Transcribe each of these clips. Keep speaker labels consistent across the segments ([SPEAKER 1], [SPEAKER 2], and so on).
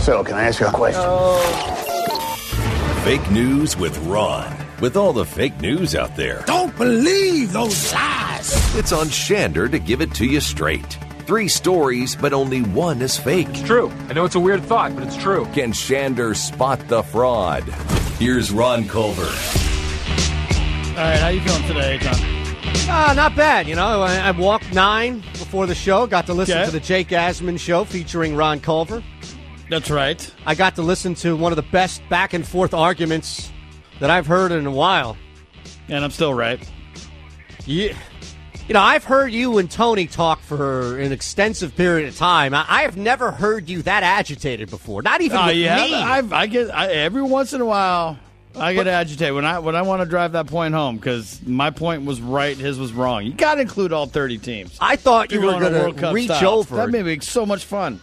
[SPEAKER 1] So, can I ask you a question?
[SPEAKER 2] Fake news with Ron. With all the fake news out there,
[SPEAKER 3] Don't believe those lies.
[SPEAKER 2] it's on Shander to give it to you straight. Three stories, but only one is fake.
[SPEAKER 4] True. I know it's a weird thought, but it's true.
[SPEAKER 2] Can Shander spot the fraud? Here's Ron Culver.
[SPEAKER 5] All right, how you feeling today, John?
[SPEAKER 6] Uh, not bad, you know. I, I walked nine before the show. Got to listen
[SPEAKER 5] Okay.
[SPEAKER 6] to the Jake Asman show featuring Ron Culver.
[SPEAKER 5] That's right.
[SPEAKER 6] I got to listen to one of the best back and forth arguments that I've heard in a while.
[SPEAKER 5] And I'm still right.
[SPEAKER 6] Yeah. You know, I've heard you and Tony talk for an extensive period of time. I, I have never heard you that agitated before. Not even
[SPEAKER 5] Uh,
[SPEAKER 6] with
[SPEAKER 5] yeah,
[SPEAKER 6] me.
[SPEAKER 5] I've, I get I, every once in a while. I get agitated when I when I want to drive that point home because my point was right, his was wrong. You got to include all thirty teams.
[SPEAKER 6] I thought you
[SPEAKER 5] If you're
[SPEAKER 6] were
[SPEAKER 5] going to
[SPEAKER 6] going to reach over.
[SPEAKER 5] That made me so much fun.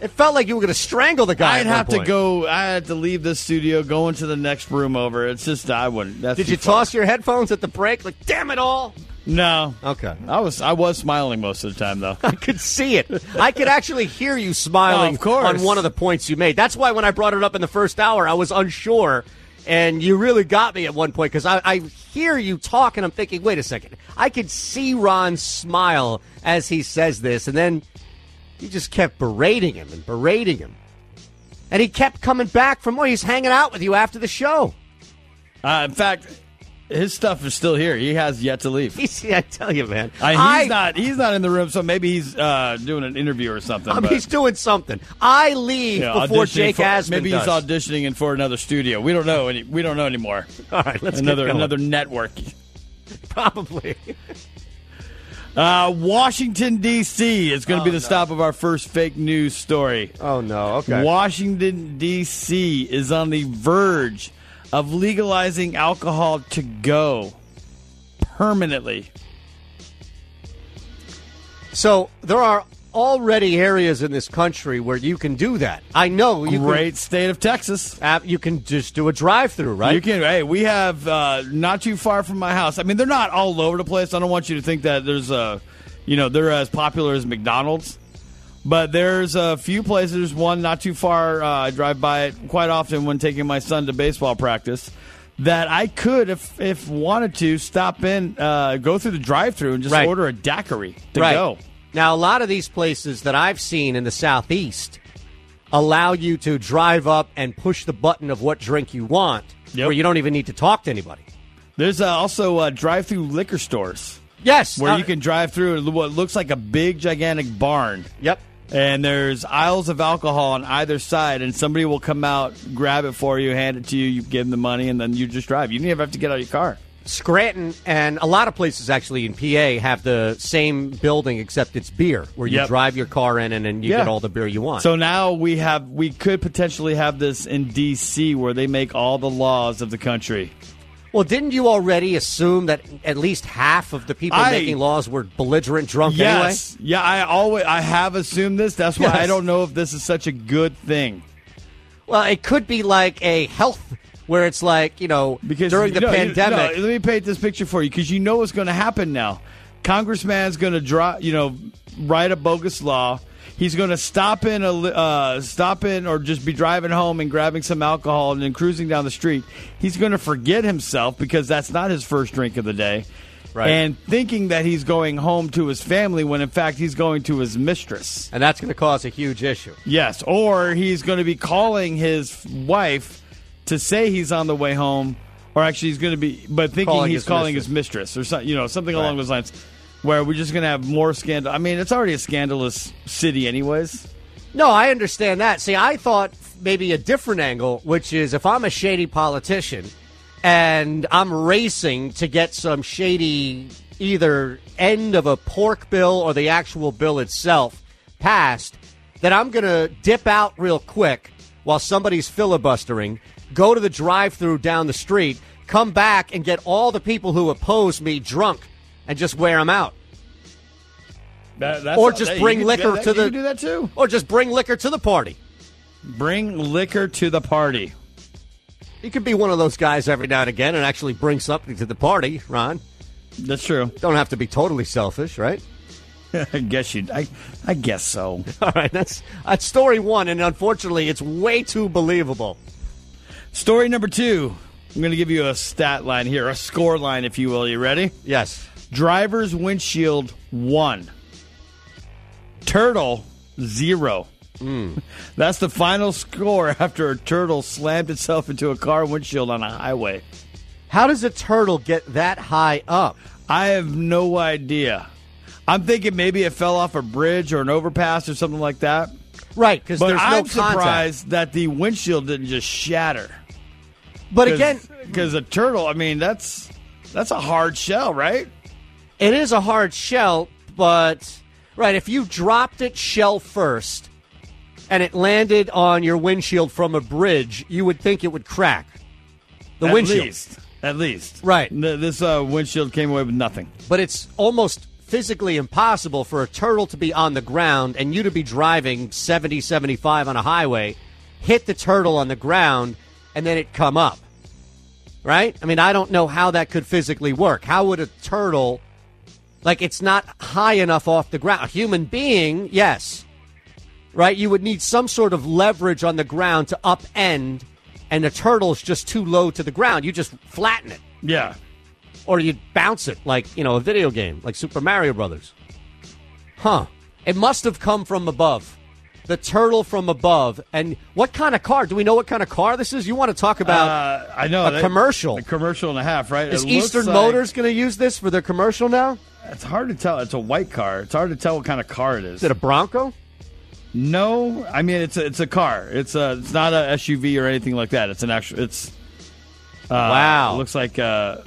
[SPEAKER 6] it felt like you were going to strangle the guy.
[SPEAKER 5] I'd
[SPEAKER 6] at one
[SPEAKER 5] have to
[SPEAKER 6] point.
[SPEAKER 5] go. I had to leave this studio, go into the next room over. It's just I wouldn't. That's
[SPEAKER 6] Did
[SPEAKER 5] too
[SPEAKER 6] you
[SPEAKER 5] far.
[SPEAKER 6] toss your headphones at the break? Like, damn it all.
[SPEAKER 5] No.
[SPEAKER 6] Okay.
[SPEAKER 5] I was I was smiling most of the time though.
[SPEAKER 6] I could see it. I could actually hear you smiling
[SPEAKER 5] Oh, of course.
[SPEAKER 6] on one of the points you made. That's why when I brought it up in the first hour, I was unsure. And you really got me at one point because I, I hear you talk and I'm thinking, wait a second. I could see Ron smile as he says this. And then you just kept berating him and berating him. And he kept coming back for more. He's hanging out with you after the show.
[SPEAKER 5] Uh, in fact, his stuff is still here. He has yet to leave.
[SPEAKER 6] He's, I tell you, man.
[SPEAKER 5] Uh, he's
[SPEAKER 6] I-
[SPEAKER 5] not. He's not in the room, so maybe he's uh, doing an interview or something.
[SPEAKER 6] I mean,
[SPEAKER 5] but,
[SPEAKER 6] he's doing something. I leave
[SPEAKER 5] you know,
[SPEAKER 6] before
[SPEAKER 5] auditioning
[SPEAKER 6] Jake
[SPEAKER 5] for-
[SPEAKER 6] Asman
[SPEAKER 5] Maybe he's
[SPEAKER 6] does.
[SPEAKER 5] auditioning in for another studio. We don't know. Any, we don't know anymore.
[SPEAKER 6] All right, let's get
[SPEAKER 5] another
[SPEAKER 6] going.
[SPEAKER 5] another network.
[SPEAKER 6] Probably.
[SPEAKER 5] Uh, Washington D.C. is going to be the stop of our first fake news story.
[SPEAKER 6] Oh no.
[SPEAKER 5] Washington, D.C. is on the verge of legalizing alcohol to go permanently.
[SPEAKER 6] So there are already areas in this country where you can do that. I know you
[SPEAKER 5] Great state of Texas.
[SPEAKER 6] can. Uh, you can just do a drive-through, right?
[SPEAKER 5] You can. Hey, we have uh, not too far from my house. I mean, they're not all over the place. I don't want you to think that there's a, you know, they're as popular as McDonald's. But there's a few places. There's one not too far. Uh, I drive by it quite often when taking my son to baseball practice. That I could, if if wanted to, stop in, uh, go through the drive-through and just
[SPEAKER 6] Right.
[SPEAKER 5] order a daiquiri to
[SPEAKER 6] right.
[SPEAKER 5] go.
[SPEAKER 6] Now, a lot of these places that I've seen in the southeast allow you to drive up and push the button of what drink you want,
[SPEAKER 5] Yep.
[SPEAKER 6] where you don't even need to talk to anybody.
[SPEAKER 5] There's uh, also uh, drive-through liquor stores
[SPEAKER 6] Yes,
[SPEAKER 5] where
[SPEAKER 6] uh,
[SPEAKER 5] you can drive through what looks like a big, gigantic barn.
[SPEAKER 6] Yep.
[SPEAKER 5] and there's aisles of alcohol on either side, and somebody will come out, grab it for you, hand it to you, you give them the money, and then you just drive. You don't even have to get out of your car.
[SPEAKER 6] Scranton and a lot of places actually in PA have the same building except it's beer, where you
[SPEAKER 5] Yep.
[SPEAKER 6] drive your car in and then you
[SPEAKER 5] Yeah.
[SPEAKER 6] get all the beer you want.
[SPEAKER 5] So now we have, we could potentially have this in D.C. where they make all the laws of the country.
[SPEAKER 6] Well, didn't you already assume that at least half of the people
[SPEAKER 5] I-
[SPEAKER 6] making laws were belligerent drunk
[SPEAKER 5] Yes, yeah, I always, I have assumed this. That's why I
[SPEAKER 6] Yes.
[SPEAKER 5] don't know if this is such a good thing.
[SPEAKER 6] anyway? Well, it could be like a health where it's like, you know,
[SPEAKER 5] because
[SPEAKER 6] during the
[SPEAKER 5] no, you-
[SPEAKER 6] pandemic.
[SPEAKER 5] no, let me paint this picture for you because you know what's going to happen now. Congressman's going to draw, you know, write a bogus law. He's going to stop in a li- uh, stop in or just be driving home and grabbing some alcohol and then cruising down the street. He's going to forget himself because that's not his first drink of the day.
[SPEAKER 6] Right.
[SPEAKER 5] And thinking that he's going home to his family when in fact he's going to his mistress.
[SPEAKER 6] and that's going to cause a huge issue.
[SPEAKER 5] Yes, or he's going to be calling his wife to say he's on the way home, or actually he's going to be, but thinking
[SPEAKER 6] Calling
[SPEAKER 5] he's
[SPEAKER 6] his
[SPEAKER 5] calling
[SPEAKER 6] mistress.
[SPEAKER 5] his mistress or something, you know, something along those lines. Where we're just going to have more scandal. I mean, it's already a scandalous city, anyways.
[SPEAKER 6] No, I understand that. See, I thought maybe a different angle, which is if I'm a shady politician and I'm racing to get some shady either end of a pork bill or the actual bill itself passed, that I'm going to dip out real quick while somebody's filibustering, go to the drive through down the street, come back and get all the people who oppose me drunk and just wear them out.
[SPEAKER 5] That, that's
[SPEAKER 6] Or just
[SPEAKER 5] you
[SPEAKER 6] bring
[SPEAKER 5] can-
[SPEAKER 6] liquor
[SPEAKER 5] that-
[SPEAKER 6] to the-
[SPEAKER 5] You can do that too.
[SPEAKER 6] Or just bring liquor to the party.
[SPEAKER 5] Bring liquor to the party.
[SPEAKER 6] You could be one of those guys every now and again and actually bring something to the party, Ron.
[SPEAKER 5] That's true.
[SPEAKER 6] Don't have to be totally selfish, right?
[SPEAKER 5] I guess you. I, I guess so.
[SPEAKER 6] All right, that's that's story one, and unfortunately, it's way too believable.
[SPEAKER 5] Story number two. I'm going to give you a stat line here, a score line, if you will. You ready?
[SPEAKER 6] Yes.
[SPEAKER 5] Driver's windshield one. Turtle zero.
[SPEAKER 6] Hmm.
[SPEAKER 5] That's the final score after a turtle slammed itself into a car windshield on a highway.
[SPEAKER 6] How does a turtle get that high up?
[SPEAKER 5] I have no idea. I'm thinking maybe it fell off a bridge or an overpass or something like that.
[SPEAKER 6] Right, because
[SPEAKER 5] But
[SPEAKER 6] there's
[SPEAKER 5] I'm
[SPEAKER 6] no contact.
[SPEAKER 5] surprised that the windshield didn't just shatter.
[SPEAKER 6] But again,
[SPEAKER 5] because a turtle, I mean, that's that's a hard shell, right?
[SPEAKER 6] it is a hard shell, but right, if you dropped it shell first and it landed on your windshield from a bridge, you would think it would crack. The
[SPEAKER 5] At
[SPEAKER 6] windshield.
[SPEAKER 5] least, at least,
[SPEAKER 6] Right.
[SPEAKER 5] Th- this uh, windshield came away with nothing.
[SPEAKER 6] But it's almost physically impossible for a turtle to be on the ground and you to be driving 70, 75 on a highway, hit the turtle on the ground, and then it come up. Right? I mean, I don't know how that could physically work. How would a turtle, like, it's not high enough off the ground? A human being, yes. Right? You would need some sort of leverage on the ground to upend, and the turtle's just too low to the ground. You just flatten it
[SPEAKER 5] Yeah,
[SPEAKER 6] or you'd bounce it like you know a video game like super mario brothers huh it must have come from above the turtle from above and what kind of car do we know what kind of car this is you want to talk about
[SPEAKER 5] uh, I know
[SPEAKER 6] a commercial.
[SPEAKER 5] a commercial and a half, right?
[SPEAKER 6] is
[SPEAKER 5] It looks
[SPEAKER 6] eastern
[SPEAKER 5] like-
[SPEAKER 6] motors going to use this for their commercial now
[SPEAKER 5] It's hard to tell. It's a white car. It's hard to tell what kind of car it is.
[SPEAKER 6] is it a bronco
[SPEAKER 5] no, I mean it's a, it's a car. It's a it's not a SUV or anything like that. It's an actual. It's
[SPEAKER 6] wow
[SPEAKER 5] It Uh, looks like uh,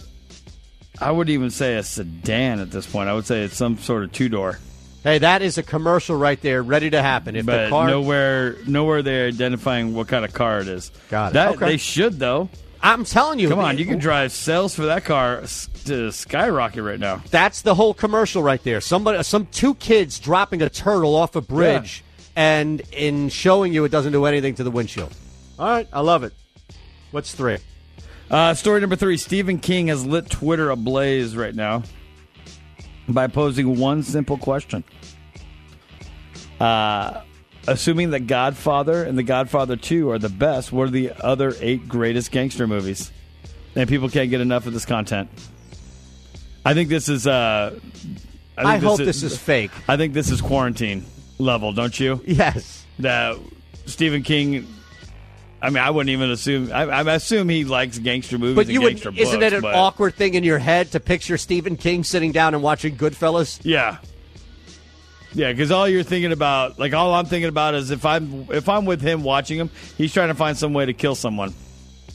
[SPEAKER 5] I wouldn't even say a sedan at this point. I would say it's some sort of two door.
[SPEAKER 6] hey that is a commercial right there ready to happen if
[SPEAKER 5] But
[SPEAKER 6] the car
[SPEAKER 5] nowhere, nowhere they're identifying what kind of car it is.
[SPEAKER 6] Got it.
[SPEAKER 5] That
[SPEAKER 6] Okay.
[SPEAKER 5] they should though.
[SPEAKER 6] i'm telling you
[SPEAKER 5] Come on, you can drive sales for that car s- to skyrocket right now.
[SPEAKER 6] That's the whole commercial right there. Somebody, some two kids dropping a turtle off a bridge, and in showing you, it doesn't do anything to the windshield. All right, I love it. What's three?
[SPEAKER 5] Uh, story number three: Stephen King has lit Twitter ablaze right now by posing one simple question. Uh, assuming that Godfather and The Godfather Two are the best, what are the other eight greatest gangster movies? And people can't get enough of this content. I think this is. Uh, I, think
[SPEAKER 6] I hope this is fake.
[SPEAKER 5] I think this is quarantine level, don't you?
[SPEAKER 6] Yes.
[SPEAKER 5] that Stephen King. I mean, I wouldn't even assume. I, I assume he likes gangster movies.
[SPEAKER 6] But
[SPEAKER 5] and
[SPEAKER 6] you would,
[SPEAKER 5] gangster books,
[SPEAKER 6] isn't it an
[SPEAKER 5] but-
[SPEAKER 6] awkward thing in your head to picture Stephen King sitting down and watching Goodfellas?
[SPEAKER 5] Yeah, yeah. Because all you're thinking about, like all I'm thinking about, is if I'm if I'm with him watching him, he's trying to find some way to kill someone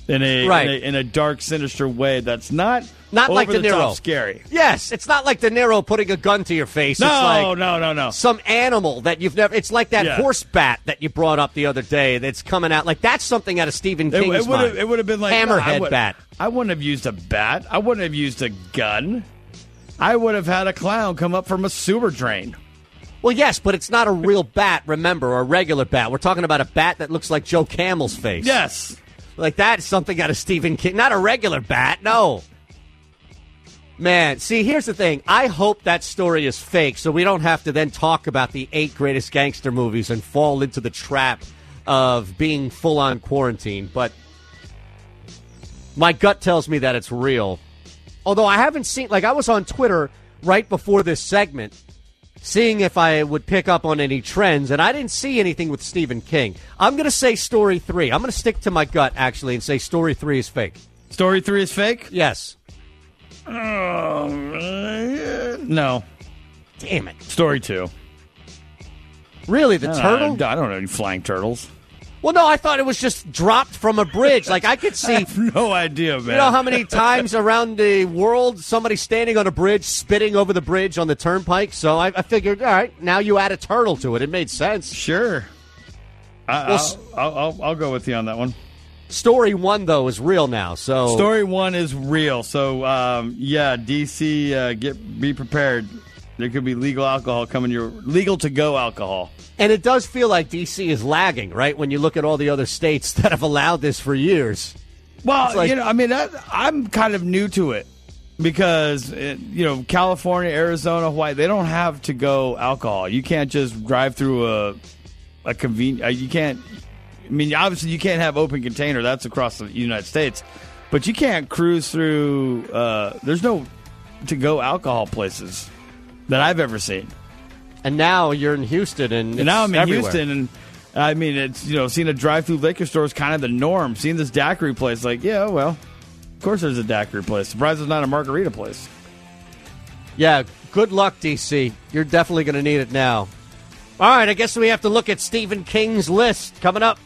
[SPEAKER 5] in a
[SPEAKER 6] Right.
[SPEAKER 5] in, a, in a dark, sinister way that's not
[SPEAKER 6] Not like
[SPEAKER 5] over
[SPEAKER 6] De Niro.
[SPEAKER 5] top scary.
[SPEAKER 6] Yes, it's not like De Niro putting a gun to your face.
[SPEAKER 5] No,
[SPEAKER 6] it's like
[SPEAKER 5] no, no, no.
[SPEAKER 6] some animal that you've never. It's like that
[SPEAKER 5] Yeah.
[SPEAKER 6] horse bat that you brought up the other day. That's coming out like that's something out of Stephen
[SPEAKER 5] It, it
[SPEAKER 6] King's
[SPEAKER 5] would have
[SPEAKER 6] mind.
[SPEAKER 5] it would have been like I
[SPEAKER 6] hammerhead
[SPEAKER 5] would-
[SPEAKER 6] bat.
[SPEAKER 5] I wouldn't have used a bat. I wouldn't have used a gun. I would have had a clown come up from a sewer drain.
[SPEAKER 6] Well, yes, but it's not a real bat. Remember, or a regular bat. We're talking about a bat that looks like Joe Camel's face.
[SPEAKER 5] Yes.
[SPEAKER 6] like that's something out of Stephen King. Not a regular bat. No. Man, see, here's the thing. I hope that story is fake, so we don't have to then talk about the eight greatest gangster movies and fall into the trap of being full on quarantine. But my gut tells me that it's real. Although I haven't seen, like, I was on Twitter right before this segment seeing if I would pick up on any trends, and I didn't see anything with Stephen King. I'm going to say story three. I'm going to stick to my gut, actually, and say story three is fake.
[SPEAKER 5] Story three is fake?
[SPEAKER 6] Yes.
[SPEAKER 5] No.
[SPEAKER 6] Damn it.
[SPEAKER 5] Story two. Uh,
[SPEAKER 6] Really? The turtle?
[SPEAKER 5] I don't know any flying turtles.
[SPEAKER 6] Well, no, I thought it was just dropped from a bridge. Like, I could see.
[SPEAKER 5] No idea, man.
[SPEAKER 6] You know how many times around the world somebody's standing on a bridge, spitting over the bridge on the turnpike? So I, I figured, all right, now you add a turtle to it. It made sense.
[SPEAKER 5] Sure. I,
[SPEAKER 6] Well,
[SPEAKER 5] will
[SPEAKER 6] s-
[SPEAKER 5] I'll, I'll, I'll go with you on that one.
[SPEAKER 6] Story one, though, is real now. So
[SPEAKER 5] Story one is real. So, um, yeah, DC, uh, get be prepared. There could be legal alcohol coming your legal to go alcohol.
[SPEAKER 6] And it does feel like DC is lagging, right? When you look at all the other states that have allowed this for years.
[SPEAKER 5] Well,
[SPEAKER 6] like-
[SPEAKER 5] you know, I mean, that, I'm kind of new to it. because it, you know California, Arizona, Hawaii, they don't have to go alcohol. You can't just drive through a a convenient. You can't. I mean, obviously, you can't have open container. That's across the United States, but you can't cruise through. Uh, there's no to go alcohol places that I've ever seen.
[SPEAKER 6] And now you're in Houston, and,
[SPEAKER 5] And now I'm in
[SPEAKER 6] everywhere.
[SPEAKER 5] Houston, and I mean, it's you know, seeing a drive-through liquor store is kind of the norm. Seeing this daiquiri place, like, yeah, well, of course there's a daiquiri place. Surprised it's not a margarita place.
[SPEAKER 6] Yeah, good luck, DC. You're definitely going to need it now. All right, I guess we have to look at Stephen King's list coming up.